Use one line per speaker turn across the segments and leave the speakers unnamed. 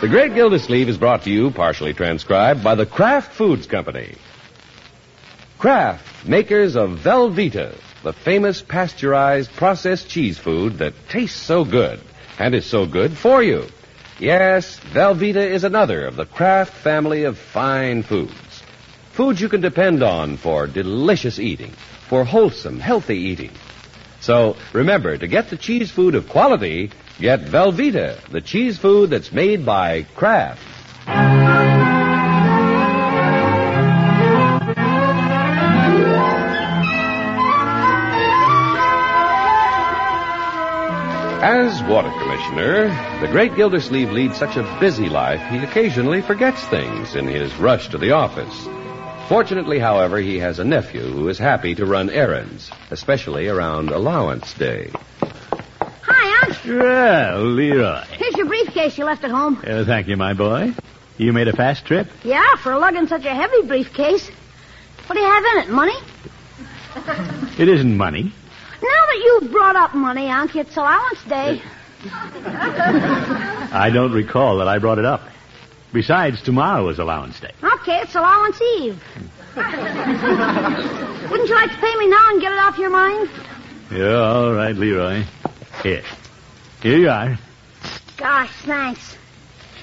The Great Gildersleeve is brought to you, partially transcribed, by the Kraft Foods Company. Kraft, makers of Velveeta, the famous pasteurized processed cheese food that tastes so good and is so good for you. Yes, Velveeta is another of the Kraft family of fine foods. Foods you can depend on for delicious eating, for wholesome, healthy eating. So remember, to get the cheese food of quality, get Velveeta, the cheese food that's made by Kraft. As water commissioner, the great Gildersleeve leads such a busy life he occasionally forgets things in his rush to the office. Fortunately, however, he has a nephew who is happy to run errands, especially around allowance day.
Hi, Unc.
Well, Leroy.
Here's your briefcase you left at home.
Uh, thank you, my boy. You made a fast trip?
Yeah, for lugging such a heavy briefcase. What do you have in it, money?
It isn't money.
Now that you've brought up money, Unc, it's allowance day.
I don't recall that I brought it up. Besides, tomorrow is allowance day.
Okay, it's allowance eve. Wouldn't you like to pay me now and get it off your mind?
Yeah, all right, Leroy. Here. Here you are.
Gosh, thanks.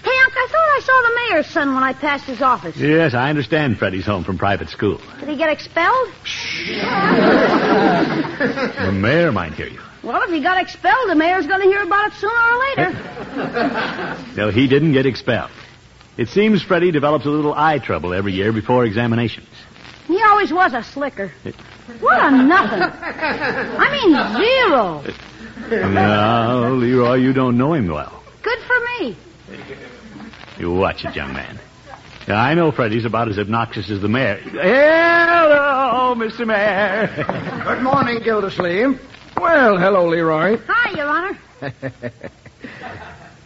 Hey, Unc, I thought I saw the mayor's son when I passed his office.
Yes, I understand Freddie's home from private school.
Did he get expelled?
The mayor might hear you.
Well, if he got expelled, the mayor's going to hear about it sooner or later.
No, he didn't get expelled. It seems Freddie develops a little eye trouble every year before examinations.
He always was a slicker. What a nothing. I mean, zero.
No, Leroy, you don't know him well.
Good for me.
You watch it, young man. Now, I know Freddie's about as obnoxious as the mayor. Hello, Mr. Mayor.
Good morning, Gildersleeve. Well, hello, Leroy.
Hi, Your Honor.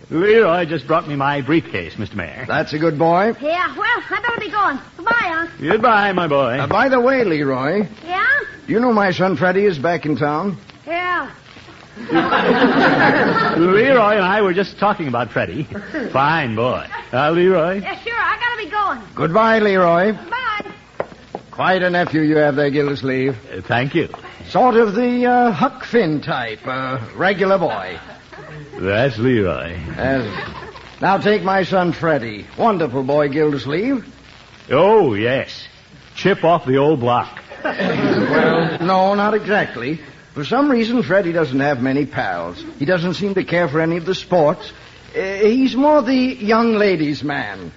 Leroy just brought me my briefcase, Mr. Mayor.
That's a good boy.
Yeah, well, I better be going. Goodbye, Unc.
Goodbye, my boy.
Uh, by the way, Leroy,
Yeah?
you know my son Freddie is back in town?
Yeah.
Leroy and I were just talking about Freddie. Fine boy. Uh, Leroy?
Yeah, sure. I gotta be going.
Goodbye, Leroy.
Bye.
Quite a nephew you have there, Gildersleeve.
Uh, thank you.
Sort of the uh, Huck Finn type, uh, regular boy.
That's Leroy.
Uh, now take my son Freddie. Wonderful boy, Gildersleeve.
Oh, yes. Chip off the old block.
Well, no, not exactly. For some reason, Freddie doesn't have many pals. He doesn't seem to care for any of the sports. Uh, he's more the young ladies' man.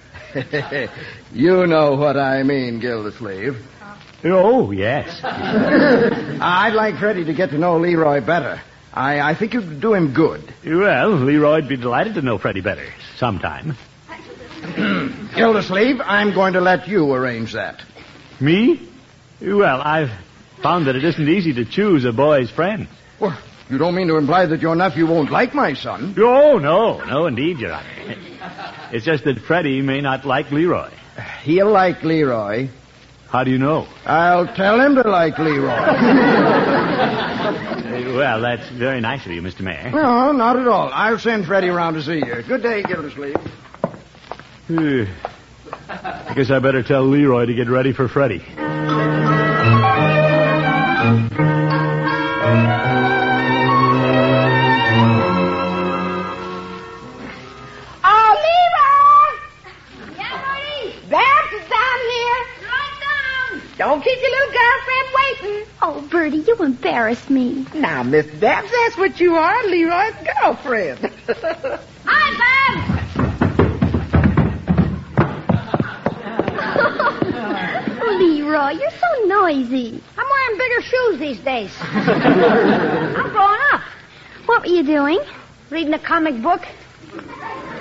you know what I mean, Gildersleeve.
Oh, yes.
I'd like Freddie to get to know Leroy better. I, I think you'd do him good.
Well, Leroy'd be delighted to know Freddie better sometime.
Gildersleeve, I'm going to let you arrange that.
Me? Well, I've found that it isn't easy to choose a boy's friend.
Well, you don't mean to imply that your nephew won't like my son.
Oh, no, no, indeed, Your Honor. It's just that Freddie may not like Leroy.
He'll like Leroy.
How do you know?
I'll tell him to like Leroy.
Uh, Well, that's very nice of you, Mr. Mayor.
no, not at all. I'll send Freddie round to see you. Good day, Gildersleeve.
Uh, I guess I better tell Leroy to get ready for Freddie.
Oh, Leroy! Yeah, buddy? Bert's down here. Right down. Don't keep your little girlfriend waiting.
Oh, Bertie, you embarrass me.
Now, Miss Dabbs, that's what you are, Leroy's girlfriend.
Hi, Bab.
Leroy, you're so noisy.
I'm wearing bigger shoes these days. I'm growing up.
What were you doing?
Reading a comic book.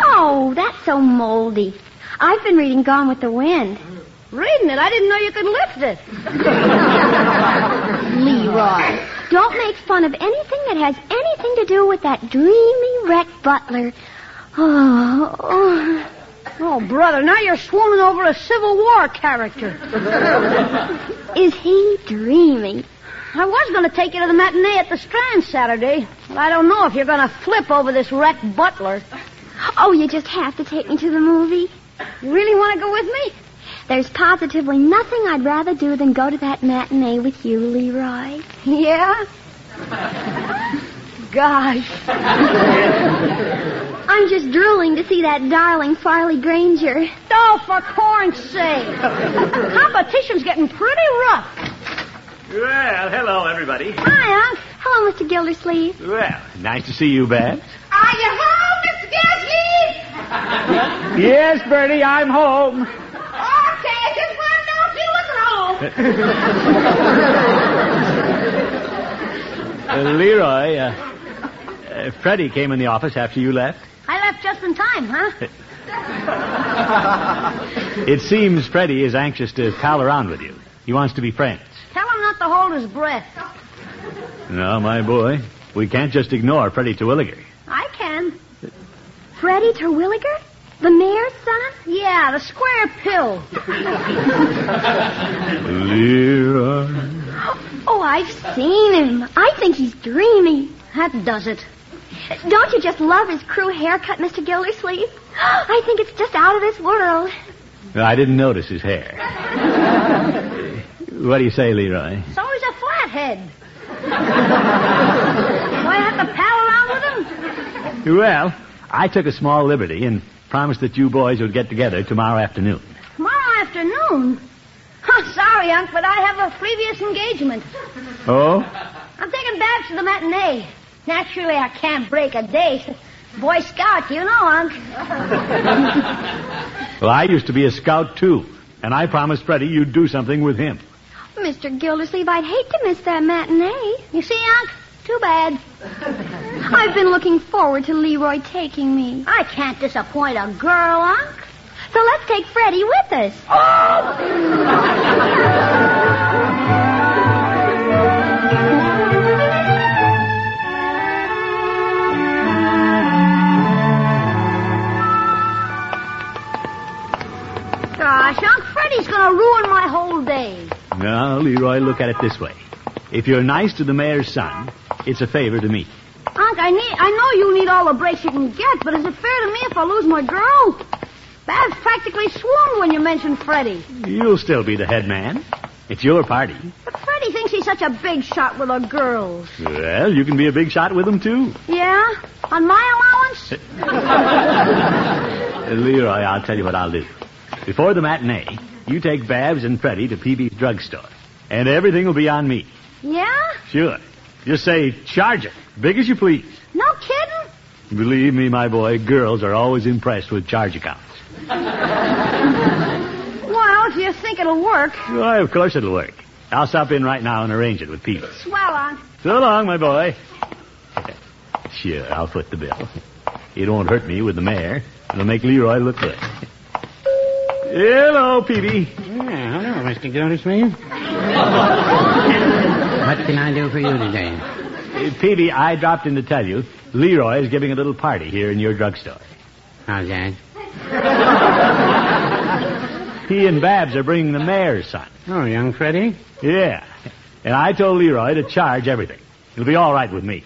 Oh, that's so moldy. I've been reading Gone with the Wind.
Reading it, I didn't know you could lift it.
Leroy, don't make fun of anything that has anything to do with that dreamy Rex Butler. Oh, oh.
Oh, brother, now you're swooning over a Civil War character.
is he dreamy?
I was going to take you to the matinee at the Strand Saturday, but I don't know if you're going to flip over this Rex Butler.
Oh, you just have to take me to the movie.
You really want to go with me?
There's positively nothing I'd rather do than go to that matinee with you, Leroy.
Yeah? Gosh.
I'm just drooling to see that darling Farley Granger.
Oh, for corn's sake. Competition's getting pretty rough.
Well, hello, everybody.
Hi, Unc.
Hello, Mr. Gildersleeve.
Well, nice to see you, Babs.
Are you home, Mr. Gildersleeve?
Yes, Bertie, I'm home.
Okay, I just want to know if you was home.
Leroy, uh, uh, Freddie came in the office after you left.
I left just in time, huh?
It seems Freddie is anxious to pal around with you. He wants to be friends.
Tell him not to hold his breath.
No, my boy, we can't just ignore Freddie Terwilliger.
I can.
Freddie Terwilliger? The mayor's son?
Yeah, the square pill.
Leroy.
Oh, I've seen him. I think he's dreamy.
That does it.
Don't you just love his crew haircut, Mr. Gildersleeve? I think it's just out of this world.
I didn't notice his hair. what do you say, Leroy?
So he's a flathead. Do I have to pal around with him?
Well, I took a small liberty and promised that you boys would get together tomorrow afternoon.
Tomorrow afternoon? Oh, sorry, Unc, but I have a previous engagement.
Oh?
I'm taking Babs to the matinee. Naturally, I can't break a date. Boy Scout, you know, Unc.
Well, I used to be a scout, too. And I promised Freddie you'd do something with him.
Mr. Gildersleeve, I'd hate to miss that matinee.
You see, Unc? Too bad.
I've been looking forward to Leroy taking me.
I can't disappoint a girl, Oh! Unc.
So let's take Freddie with us.
Gosh, Unc Freddie's gonna ruin my whole day.
Now, Leroy, look at it this way. If you're nice to the mayor's son, it's a favor to me.
Unc, I need I know you need all the breaks you can get, but is it fair to me if I lose my girl? Babs practically swooned when you mentioned Freddie.
You'll still be the head man. It's your party.
But Freddie thinks he's such a big shot with the girls.
Well, you can be a big shot with them, too.
Yeah? On my allowance?
Uh, Leroy, I'll tell you what I'll do. Before the matinee, you take Babs and Freddie to PB's drugstore. And everything will be on me.
Yeah?
Sure. Just say, charge it, big as you please.
No kidding?
Believe me, my boy, girls are always impressed with charge accounts.
Well, if you think it'll work.
Why, of course it'll work. I'll stop in right now and arrange it with Pete.
Swell, Unc.
So long, my boy. Sure, I'll foot the bill. It won't hurt me with the mayor. It'll make Leroy look good. Hello, Petey.
Yeah, hello, Mr. Gildersleeve. what can I do for you today?
Uh, Petey, I dropped in to tell you Leroy is giving a little party here in your drugstore.
How's that?
He and Babs are bringing the mayor's son.
Oh, young Freddy?
Yeah. And I told Leroy to charge everything. It'll be all right with me.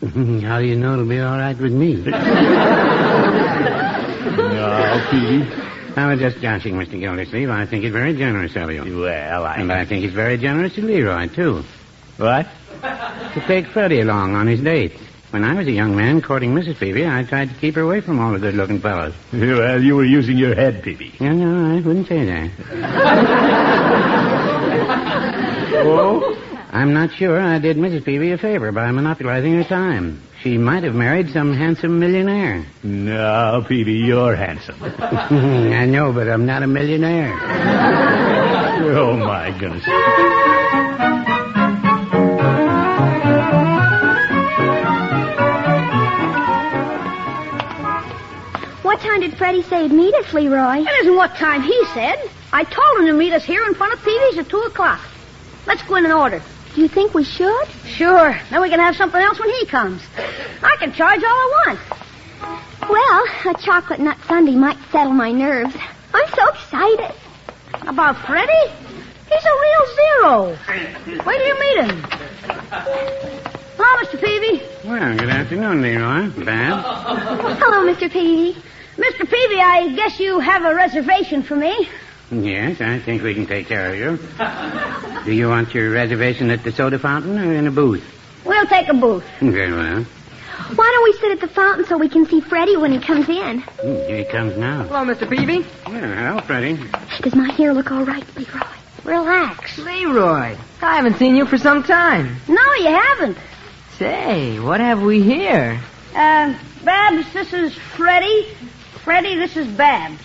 How do you know it'll be all right with me?
No, Petey.
I was just joshing, Mr. Gildersleeve. I think it's very generous of you.
Well,
And
I.
I think it's very generous of Leroy, too,
What?
to take Freddy along on his date. When I was a young man courting Mrs. Phoebe, I tried to keep her away from all the good-looking fellows.
Well, you were using your head, Petey.
Yeah, no, I wouldn't say that.
Oh?
I'm not sure I did Mrs. Peavy a favor by monopolizing her time. She might have married some handsome millionaire.
No, Petey, you're handsome.
I know, but I'm not a millionaire.
Oh, my goodness.
did Freddie say he'd meet us, Leroy?
That isn't what time he said. I told him to meet us here in front of Peavy's at 2 o'clock. Let's go in and order.
Do you think we should?
Sure. Then we can have something else when he comes. I can charge all I want.
Well, a chocolate nut sundae might settle my nerves. I'm so excited.
About Freddie? He's a real zero. Wait till you meet him. Hello, Mr. Peavy.
Well, good afternoon, Leroy. Bad?
Hello, Mr. Peavy.
Mr. Peavy, I guess you have a reservation for me.
Yes, I think we can take care of you. Do you want your reservation at the soda fountain or in a booth?
We'll take a booth.
Very well.
Why don't we sit at the fountain so we can see Freddie when he comes in?
Hmm, Here he comes now.
Hello, Mr. Peavy.
Well, hello, Freddie.
Does my hair look all right, Leroy?
Relax. Leroy, I haven't seen you for some time.
No, you haven't.
Say, what have we here?
Uh, Babs, this is Freddie. Freddie, this is Babs.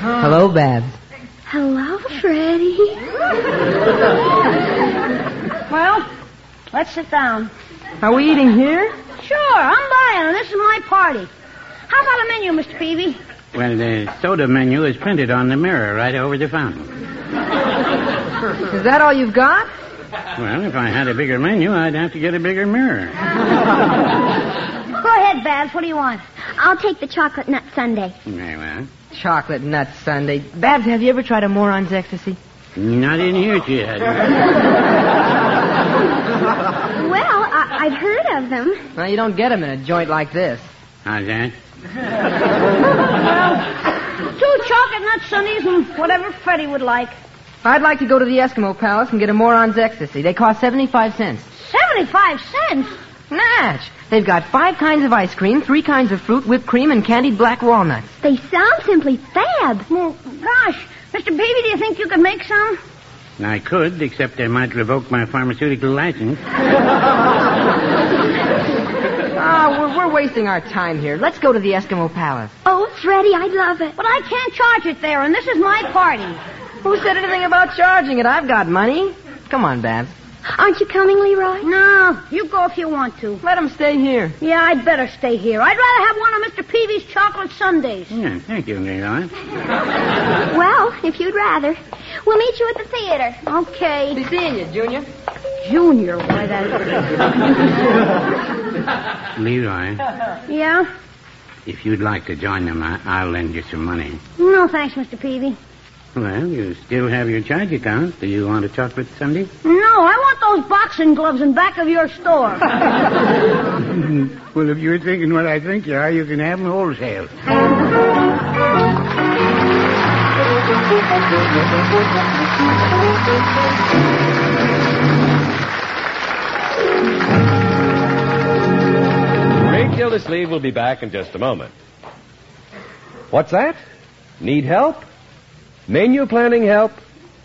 Hello, Babs.
Hello, Freddie.
Well, let's sit down.
Are we eating here?
Sure, I'm buying. This is my party. How about a menu, Mr. Peavy?
Well, the soda menu is printed on the mirror right over the fountain.
Is that all you've got?
Well, if I had a bigger menu, I'd have to get a bigger mirror.
Go ahead, Babs. What do you want?
I'll take the chocolate nut sundae.
Very well.
Chocolate nut sundae. Babs, have you ever tried a moron's ecstasy?
Not in here, she had.
Well, I- I've heard of them.
Well, you don't get 'em in a joint like this.
How's that?
Two chocolate nut sundaes and whatever Freddie would like.
I'd like to go to the Eskimo Palace and get a moron's ecstasy. They cost 75 cents.
Seventy-five cents.
Natch! They've got five kinds of ice cream, three kinds of fruit, whipped cream, and candied black walnuts.
They sound simply fab.
Well, gosh, Mr. Peavy, do you think you could make some?
I could, except I might revoke my pharmaceutical license.
Ah, we're, we're wasting our time here. Let's go to the Eskimo Palace.
Oh, Freddie, I love it.
But I can't charge it there, and this is my party.
Who said anything about charging it? I've got money. Come on, Babs.
Aren't you coming, Leroy?
No, you go if you want to.
Let 'em stay here.
Yeah, I'd better stay here. I'd rather have one of Mr. Peavy's chocolate sundaes.
Yeah, thank you, Leroy.
Well, if you'd rather. We'll meet you at the theater.
Okay.
Be seeing you, Junior.
Junior, why that?
Leroy,
Yeah?
if you'd like to join them, I- I'll lend you some money.
No, thanks, Mr. Peavy.
Well, you still have your charge account. Do you want a chocolate sundae?
No, I want those boxing gloves in back of your store.
Well, if you're thinking what I think you are, you can have them wholesale.
Ray Gildersleeve will be back in just a moment. What's that? Need help? Menu planning help?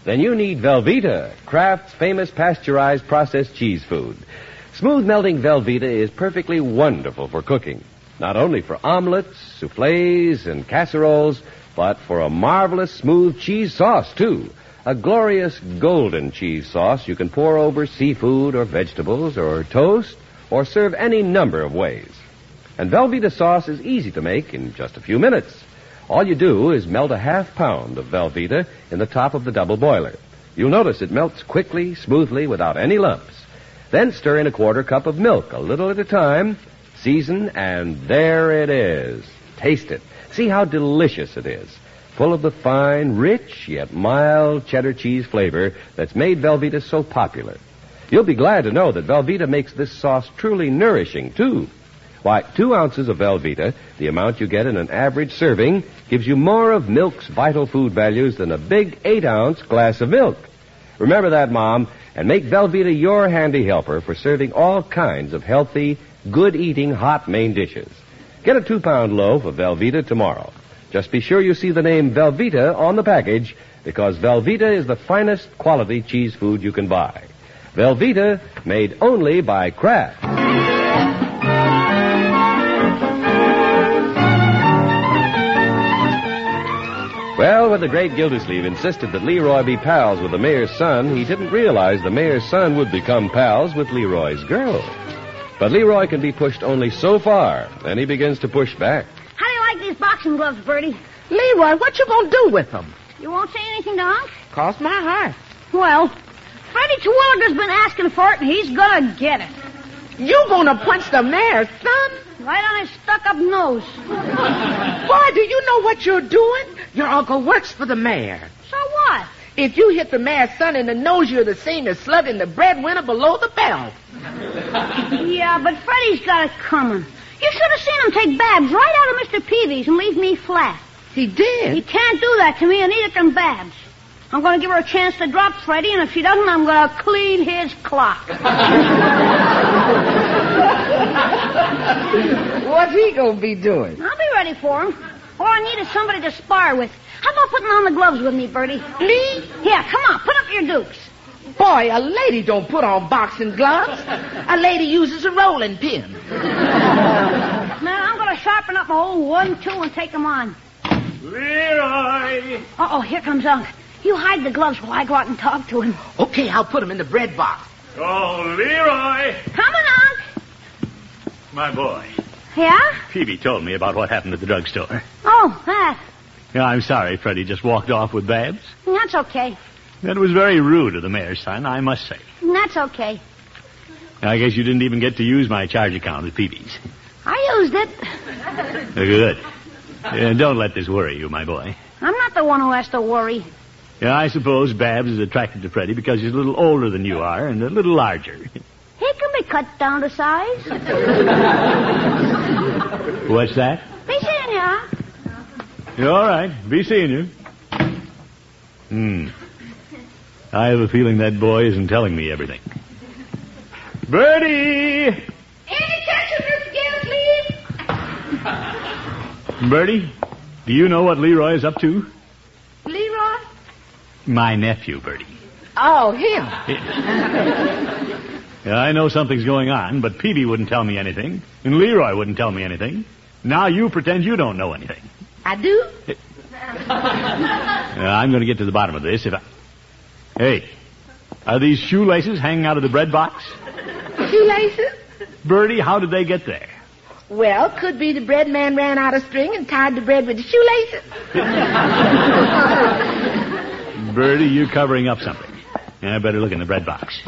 Then you need Velveeta, Kraft's famous pasteurized processed cheese food. Smooth melting Velveeta is perfectly wonderful for cooking, not only for omelets, souffles, and casseroles, but for a marvelous smooth cheese sauce, too. A glorious golden cheese sauce you can pour over seafood or vegetables or toast or serve any number of ways. And Velveeta sauce is easy to make in just a few minutes. All you do is melt a half pound of Velveeta in the top of the double boiler. You'll notice it melts quickly, smoothly, without any lumps. Then stir in a quarter cup of milk, a little at a time, season, and there it is. Taste it. See how delicious it is. Full of the fine, rich, yet mild cheddar cheese flavor that's made Velveeta so popular. You'll be glad to know that Velveeta makes this sauce truly nourishing, too. Why, two ounces of Velveeta, the amount you get in an average serving, gives you more of milk's vital food values than a big eight ounce glass of milk. Remember that, Mom, and make Velveeta your handy helper for serving all kinds of healthy, good eating hot main dishes. Get a two pound loaf of Velveeta tomorrow. Just be sure you see the name Velveeta on the package because Velveeta is the finest quality cheese food you can buy. Velveeta, made only by Kraft. Well, when the great Gildersleeve insisted that Leroy be pals with the mayor's son, he didn't realize the mayor's son would become pals with Leroy's girl. But Leroy can be pushed only so far, then he begins to push back.
How do you like these boxing gloves, Bertie?
Leroy, what you gonna do with them?
You won't say anything to Unc?
Cost my heart.
Well, Freddie Terwilliger's been asking for it, and he's gonna get it.
You gonna punch the mayor, son?
Right on his stuck-up nose.
Boy, do you know what you're doing? Your uncle works for the mayor.
So what?
If you hit the mayor's son in the nose, you're the same as slugging the breadwinner below the belt.
Yeah, but Freddie's got it coming. You should have seen him take Babs right out of Mr. Peavy's and leave me flat.
He did.
He can't do that to me, and neither can Babs. I'm going to give her a chance to drop Freddie, and if she doesn't, I'm going to clean his clock.
What's he gonna be doing?
I'll be ready for him. All I need is somebody to spar with. How about putting on the gloves with me, Bertie?
Me?
Yeah, come on, put up your dukes.
Boy, a lady don't put on boxing gloves. A lady uses a rolling pin.
Now, I'm going to sharpen up my old one, two, and take them on.
Leroy!
Uh-oh, here comes Unc. You hide the gloves while I go out and talk to him.
Okay, I'll put him in the bread box.
Oh, Leroy!
Coming, Unc.
My boy.
Yeah?
Peavy told me about what happened at the drugstore.
Oh, that.
Yeah, I'm sorry Freddie just walked off with Babs.
That's okay.
That was very rude of the mayor's son, I must say.
That's okay.
I guess you didn't even get to use my charge account at Peavy's.
I used it.
Good. Uh, don't let this worry you, my boy.
I'm not the one who has to worry.
Yeah, I suppose Babs is attracted to Freddie because he's a little older than you are and a little larger.
He can be cut down to size.
What's that?
Be seeing ya.
All right. Be seeing you. Hmm. I have a feeling that boy isn't telling me everything. Bertie!
Any ketchup, Mr. Gill, please?
Bertie, do you know what Leroy is up to?
Leroy?
My nephew, Bertie.
Oh, him.
Yeah, I know something's going on, but Peavy wouldn't tell me anything, and Leroy wouldn't tell me anything. Now you pretend you don't know anything.
I do?
Uh, I'm going to get to the bottom of this if I. Hey, are these shoelaces hanging out of the bread box?
Shoelaces?
Bertie, how did they get there?
Well, could be the bread man ran out of string and tied the bread with the shoelaces.
Bertie, you're covering up something. I better look in the bread box.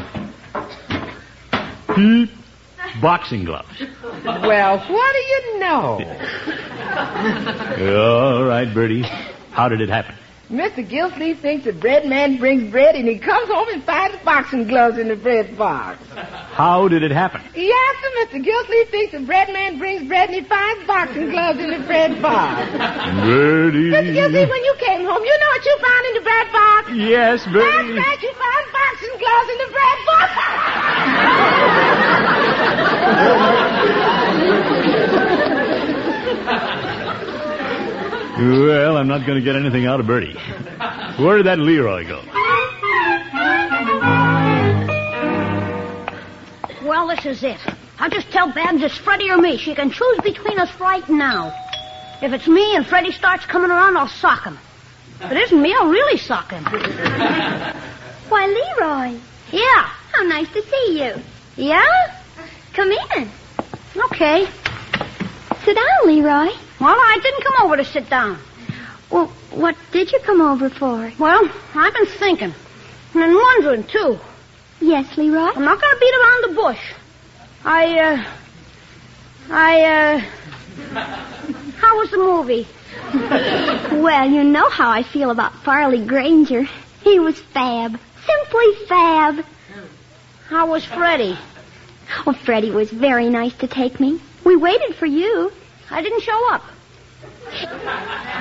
Beep. Boxing gloves.
Well, what do you know?
All right, Bertie. How did it happen?
Mr. Gilfleet thinks the bread man brings bread and he comes home and finds boxing gloves in the bread box.
How did it happen?
Yes, sir, Mr. Gilfleet thinks the bread man brings bread and he finds boxing gloves in the bread box. Mr. Gilfleet,
Bertie.
when you came home, you know what you found in the bread box?
Yes,
That's
Bertie.
right, you found boxing gloves in the bread box.
Well, I'm not going to get anything out of Bertie. Where did that Leroy go?
Well, this is it. I'll just tell Babs it's Freddie or me. She can choose between us right now. If it's me and Freddie starts coming around, I'll sock him. If it isn't me, I'll really sock him.
Why, Leroy.
Yeah.
How nice to see you.
Yeah?
Come in.
Okay.
Sit down, Leroy.
Well, I didn't come over to sit down.
Well, what did you come over for?
Well, I've been thinking. And then wondering, too.
Yes, Leroy.
I'm not going to beat around the bush. I, uh. I, uh. How was the movie?
Well, you know how I feel about Farley Granger. He was fab. Simply fab.
How was Freddie?
Well, Freddie was very nice to take me. We waited for you.
I didn't show up.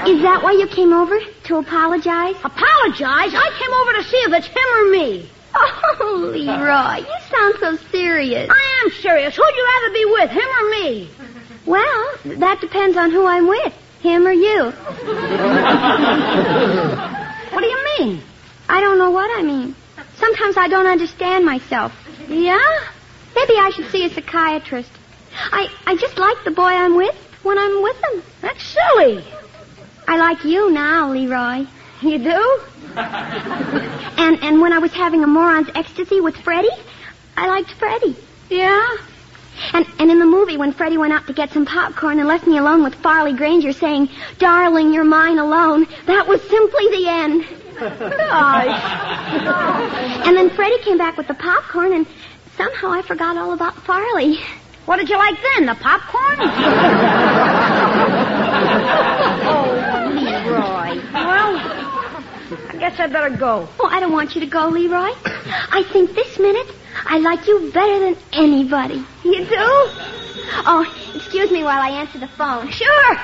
Is that why you came over? To apologize?
Apologize? I came over to see if it's him or me.
Oh, Leroy, you sound so serious.
I am serious. Who'd you rather be with, him or me?
Well, that depends on who I'm with, him or you.
What do you mean?
I don't know what I mean. Sometimes I don't understand myself.
Yeah?
Maybe I should see a psychiatrist. I, I just like the boy I'm with when I'm with him.
That's silly.
I like you now, Leroy.
You do?
And and when I was having a moron's ecstasy with Freddie, I liked Freddie.
Yeah?
And, and in the movie, when Freddie went out to get some popcorn and left me alone with Farley Granger saying, Darling, you're mine alone, that was simply the end. And then Freddie came back with the popcorn, and somehow I forgot all about Farley. What did you like then, the popcorn?
Oh, Leroy. Well, I guess I'd better go.
Oh, I don't want you to go, Leroy. I think this minute I like you better than anybody. You do? Oh, excuse me while I answer the phone.
Sure.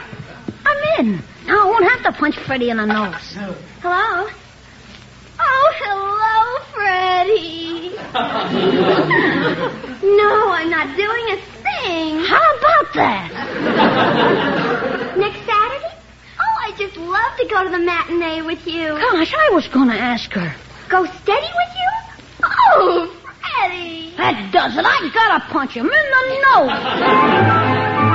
I'm in. Now I won't have to punch Freddie in the nose.
Hello? Oh, hello, Freddie. no, I'm not doing a thing.
How about that?
Next Saturday? Oh, I just love to go to the matinee with you.
Gosh, I was going to ask her.
Go steady with you? Oh, Freddie.
That does it. I gotta punch him in the nose.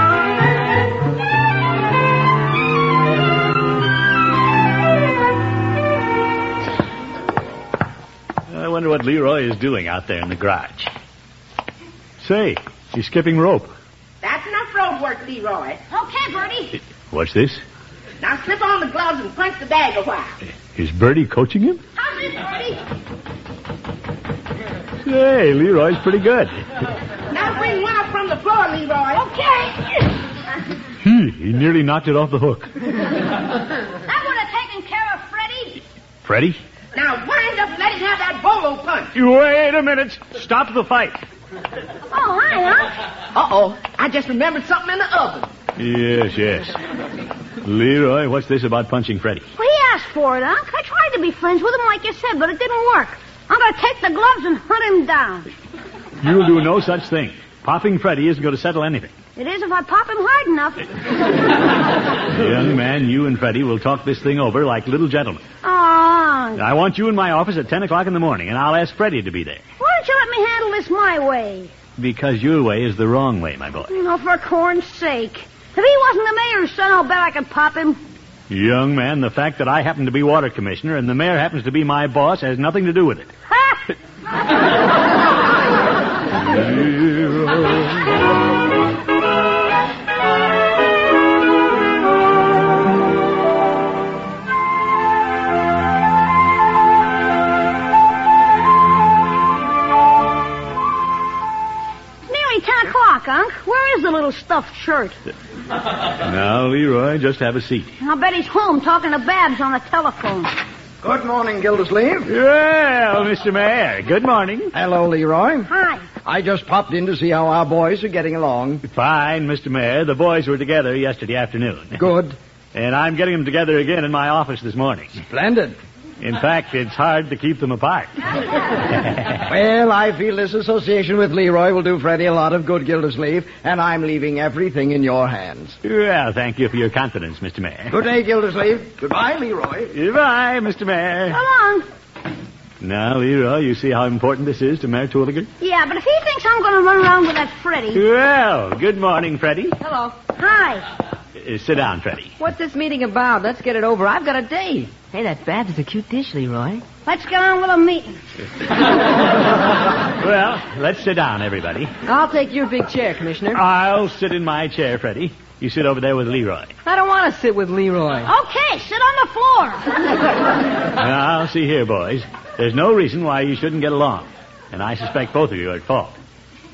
I wonder what Leroy is doing out there in the garage. Say, she's skipping rope.
That's enough road work, Leroy.
Okay, Bertie.
What's this?
Now slip on the gloves and punch the bag a while.
Is Bertie coaching him?
How's it, Bertie?
Hey, Leroy's pretty good.
Now bring one up from the floor, Leroy.
Okay.
He, Hmm, he nearly knocked it off the hook.
That would have taken care of Freddie.
Freddie?
Now wind up and let him have that bolo punch.
Wait a minute. Stop the fight.
Oh, hi, Unc.
Uh-oh. I just remembered something in the oven.
Yes, yes. Leroy, what's this about punching Freddie?
Well, he asked for it, Unc. I tried to be friends with him, like you said, but it didn't work. I'm gonna take the gloves and hunt him down.
You'll do no such thing. Popping Freddie isn't going to settle anything.
It is if I pop him hard enough.
Young man, you and Freddie will talk this thing over like little gentlemen.
Oh, Unc.
I want you in my office at 10 o'clock in the morning, and I'll ask Freddie to be there.
Why don't you let me handle this my way?
Because your way is the wrong way, my boy.
No, for corn's sake. If he wasn't the mayor's son, I'll bet I could pop him.
Young man, the fact that I happen to be water commissioner and the mayor happens to be my boss has nothing to do with it.
Ha! Nearly ten o'clock, Unc. Where is the little stuffed shirt?
Now, Leroy, just have a seat.
I'll bet he's home talking to Babs on the telephone.
Good morning, Gildersleeve.
Well, Mr. Mayor, good morning.
Hello, Leroy.
Hi.
I just popped in to see how our boys are getting along.
Fine, Mr. Mayor. The boys were together yesterday afternoon.
Good.
And I'm getting them together again in my office this morning.
Splendid.
In fact, it's hard to keep them apart.
Well, I feel this association with Leroy will do Freddie a lot of good, Gildersleeve, and I'm leaving everything in your hands.
Well, thank you for your confidence, Mr. Mayor.
Good day, Gildersleeve. Goodbye, Leroy.
Goodbye, Mr. Mayor.
So long.
Now, Leroy, you see how important this is to Mayor Twilliger?
Yeah, but if he thinks I'm gonna run around with that Freddy.
Well, good morning, Freddie.
Hello.
Hi.
Uh, sit down, Freddie.
What's this meeting about? Let's get it over. I've got a date. Hey, that Babs is a cute dish, Leroy.
Let's get on with the meeting.
Well, let's sit down, everybody.
I'll take your big chair, Commissioner.
I'll sit in my chair, Freddie. You sit over there with Leroy.
I don't want to sit with Leroy.
Okay, sit on the floor.
Now, see here, boys. There's no reason why you shouldn't get along. And I suspect both of you are at fault.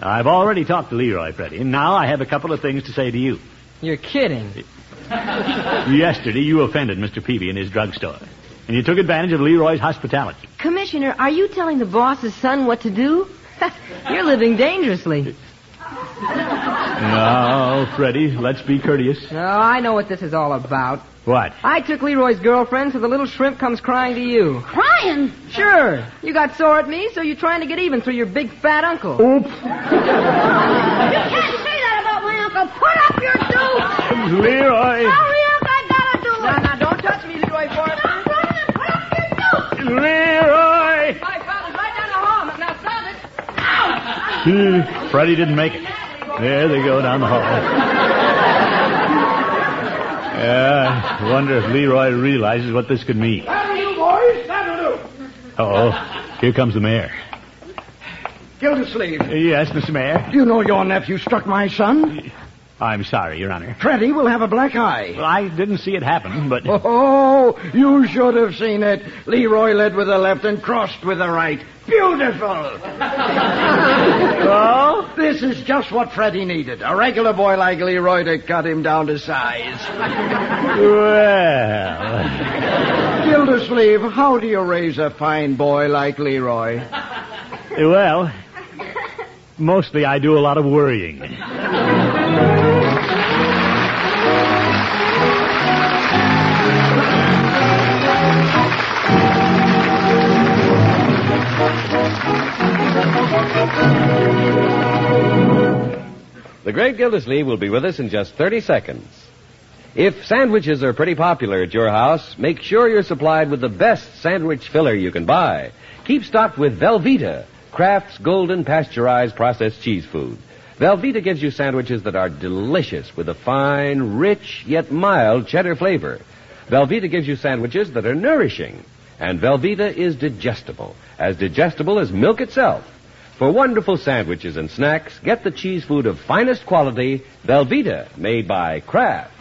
I've already talked to Leroy, Freddie, and now I have a couple of things to say to you.
You're kidding.
Yesterday, you offended Mr. Peavy in his drugstore, and you took advantage of Leroy's hospitality.
Commissioner, are you telling the boss's son what to do? You're living dangerously.
Now, Freddie, let's be courteous.
No, Oh, I know what this is all about.
What?
I took Leroy's girlfriend, so the little shrimp comes crying to you.
Crying.
Sure. You got sore at me, so you're trying to get even through your big fat uncle.
You can't say that about my uncle. Put up your dues.
Leroy!
Hurry up, I gotta do
Now,
it.
now, don't touch me, Leroy Forrester.
Stop running and put up your dues.
Leroy!
My father's right down the hall. Now, stop it.
Freddie didn't make it. There they go down the hall. Yeah, I wonder if Leroy realizes what this could mean.
That'll do, boys. That'll do.
Uh-oh, here comes the mayor.
Gildersleeve.
Yes, Mr. Mayor.
You know your nephew struck my son?
I'm sorry, Your Honor.
Freddy will have a black eye.
Well, I didn't see it happen, but.
Oh, you should have seen it. Leroy led with the left and crossed with the right. Beautiful!
Oh?
This is just what Freddy needed. A regular boy like Leroy to cut him down to size.
Well.
Gildersleeve, how do you raise a fine boy like Leroy?
Well, mostly I do a lot of worrying.
The Great Gildersleeve will be with us in just 30 seconds. If sandwiches are pretty popular at your house, make sure you're supplied with the best sandwich filler you can buy. Keep stocked with Velveeta, Kraft's golden pasteurized processed cheese food. Velveeta gives you sandwiches that are delicious with a fine, rich, yet mild cheddar flavor. Velveeta gives you sandwiches that are nourishing. And Velveeta is digestible, as digestible as milk itself. For wonderful sandwiches and snacks, get the cheese food of finest quality, Velveeta, made by Kraft.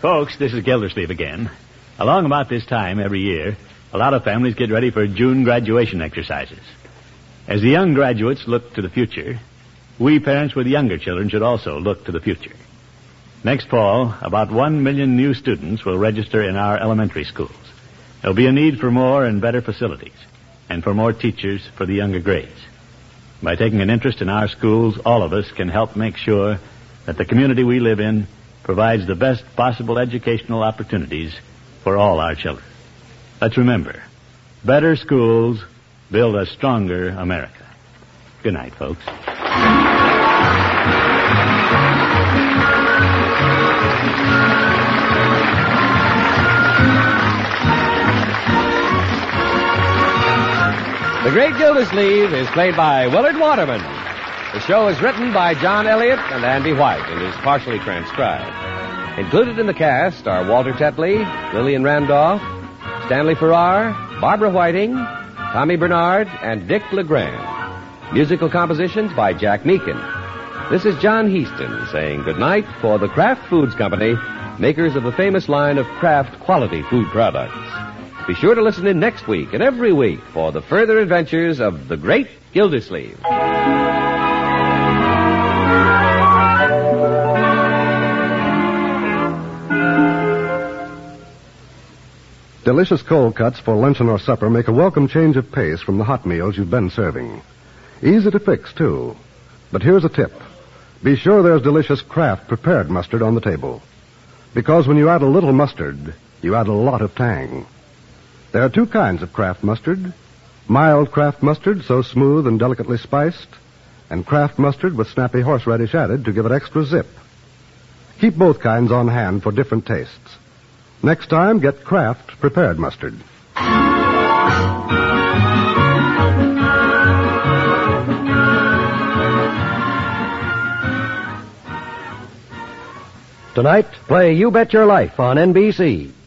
Folks, this is Gildersleeve again. Along about this time every year, a lot of families get ready for June graduation exercises. As the young graduates look to the future, we parents with younger children should also look to the future. Next fall, about one million new students will register in our elementary schools. There'll be a need for more and better facilities, and for more teachers for the younger grades. By taking an interest in our schools, all of us can help make sure that the community we live in provides the best possible educational opportunities for all our children. Let's remember, better schools build a stronger America. Good night, folks.
The Great Gildersleeve is played by Willard Waterman. The show is written by John Elliott and Andy White and is partially transcribed. Included in the cast are Walter Tetley, Lillian Randolph, Stanley Farrar, Barbara Whiting, Tommy Bernard, and Dick LeGrand. Musical compositions by Jack Meakin. This is John Heaston saying goodnight for the Kraft Foods Company, makers of the famous line of Kraft quality food products. Be sure to listen in next week and every week for the further adventures of the great Gildersleeve.
Delicious cold cuts for luncheon or supper make a welcome change of pace from the hot meals you've been serving. Easy to fix, too. But here's a tip. Be sure there's delicious Kraft prepared mustard on the table. Because when you add a little mustard, you add a lot of tang. There are two kinds of Kraft mustard. Mild Kraft mustard, so smooth and delicately spiced, and Kraft mustard with snappy horseradish added to give it extra zip. Keep both kinds on hand for different tastes. Next time, get Kraft prepared mustard.
Tonight, play You Bet Your Life on NBC.